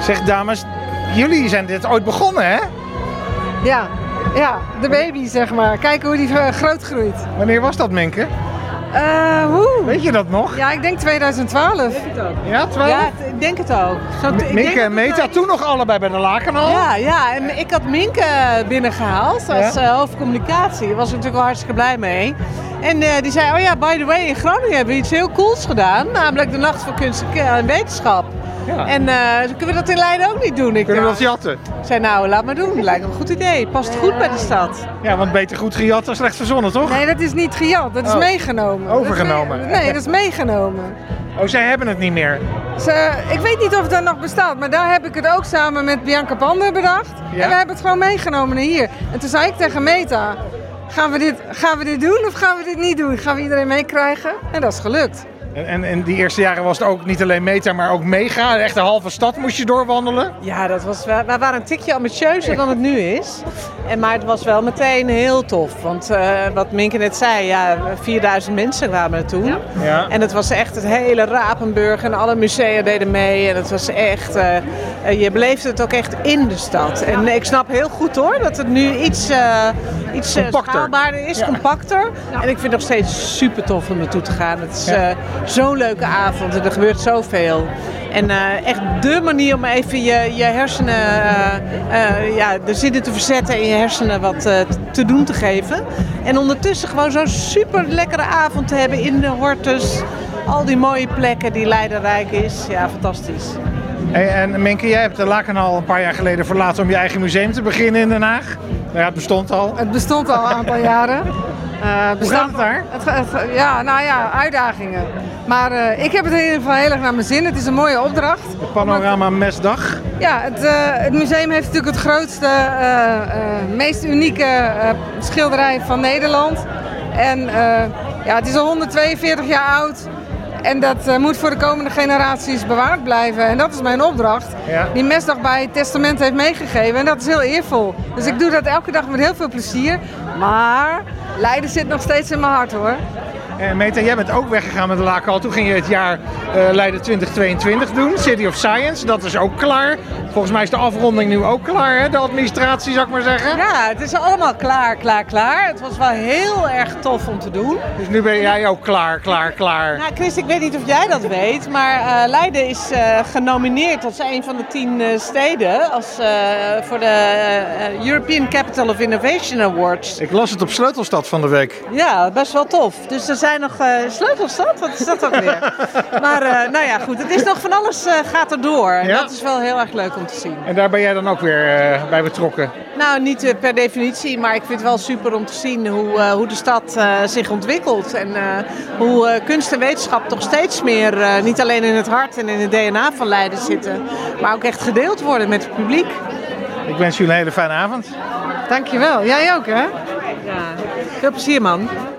Zeg dames, jullie zijn dit ooit begonnen hè? Ja, ja, de baby zeg maar. Kijken hoe die eh, groot groeit. Wanneer was dat Menke? Eh, woe. Weet je dat nog? Ja, ik denk 2012. Ja, terwijl Ja, t- ik denk het ook. Zo, ik denk dat Minke en het Meta wel- toen nog allebei bij de lakenhal. Ja, ja, en ik had Minke binnengehaald als Ja. eh, hoofdcommunicatie. Daar was ik natuurlijk al hartstikke blij mee. En eh, die zei, oh ja, by the way, in Groningen hebben we iets heel cools gedaan. Namelijk de Nacht voor Kunst en Ke- en Wetenschap. Ja. En eh, kunnen we dat in Leiden ook niet doen? Ik Kunnen we dat dacht, jatten? zei, nou, laat maar doen. Lijkt me een goed idee. Past goed bij de stad. Ja, want beter goed gejat dan slecht verzonnen, toch? Nee, dat is niet gejat. Dat is Oh. meegenomen. Overgenomen. Dat is mee- nee, dat is meegenomen. Oh, zij hebben het niet meer. Ze, ik weet niet of het dan nog bestaat, maar daar heb ik het ook samen met Bianca Pander bedacht. Ja. En we hebben het gewoon meegenomen naar hier. En toen zei ik tegen Meta, gaan we, dit, gaan we dit doen of gaan we dit niet doen? Gaan we iedereen meekrijgen? En dat is gelukt. En, en, en die eerste jaren was het ook niet alleen meta, maar ook mega. Echt de halve stad moest je doorwandelen. Ja, dat was wel, wij waren een tikje ambitieuzer dan het nu is. En, maar het was wel meteen heel tof. Want eh, wat Minke net zei, ja, 4000 mensen kwamen er toen. Ja. En het was echt het hele Rapenburg en alle musea deden mee. En het was echt, eh, eh, je beleefde het ook echt in de stad. En ik snap heel goed hoor, dat het nu iets, eh iets eh, Compacter. schaalbaarder is, Ja. compacter. En ik vind het nog steeds super tof om naartoe te gaan. Het is eh, zo'n leuke avond en er gebeurt zoveel. En eh, echt dé manier om even je, je hersenen, eh, eh, ja, de zinnen te verzetten en je hersenen wat eh, te doen te geven. En ondertussen gewoon zo'n super lekkere avond te hebben in de hortus. Al die mooie plekken die Leidenrijk is. Ja, fantastisch. Hey, en Minke, jij hebt de lakenhal een paar jaar geleden verlaten om je eigen museum te beginnen in Den Haag. Nou ja, het bestond al. Het bestond al een aantal jaren. Eh, Hoe bestaat- gaat het daar? Het, ga- het ga- ja, nou ja, uitdagingen. Maar eh, ik heb het in ieder geval heel erg naar mijn zin. Het is een mooie opdracht. Panorama Mesdag. Ja, het, eh, het museum heeft natuurlijk het grootste, eh, eh, meest unieke eh, schilderij van Nederland. En eh, ja, het is al 142 jaar oud. En dat eh, moet voor de komende generaties bewaard blijven. En dat is mijn opdracht. Ja. Die mesdag bij het testament heeft meegegeven. En dat is heel eervol. Dus ik doe dat elke dag met heel veel plezier. Maar Leiden zit nog steeds in mijn hart hoor. En Eh, Meta, jij bent ook weggegaan met de lakenhal. Toen ging je het jaar eh, Leiden 2022 doen. City of Science, dat is ook klaar. Volgens mij is de afronding nu ook klaar, hè? de administratie zou ik maar zeggen. Ja, het is allemaal klaar, klaar, klaar. Het was wel heel erg tof om te doen. Dus nu ben jij ook klaar, klaar, klaar. Nou, Chris, ik weet niet of jij dat weet, maar eh, Leiden is eh, genomineerd als een van de tien eh, steden als, eh, voor de eh, European Capital of Innovation Awards. Ik las het op Sleutelstad van de week. Ja, best wel tof. Dus er zijn nog eh sleutelstad, wat is dat ook weer? maar eh, nou ja, goed, het is nog van alles eh, gaat er door. En Ja. dat is wel heel erg leuk om te zien. En daar ben jij dan ook weer eh, bij betrokken. Nou, niet eh, per definitie, maar ik vind het wel super om te zien hoe, eh, hoe de stad eh, zich ontwikkelt. En eh, hoe eh, kunst en wetenschap toch steeds meer, eh, niet alleen in het hart en in het DNA van Leiden zitten, maar ook echt gedeeld worden met het publiek. Ik wens jullie een hele fijne avond. Dankjewel. Jij ook hè? Veel plezier, man.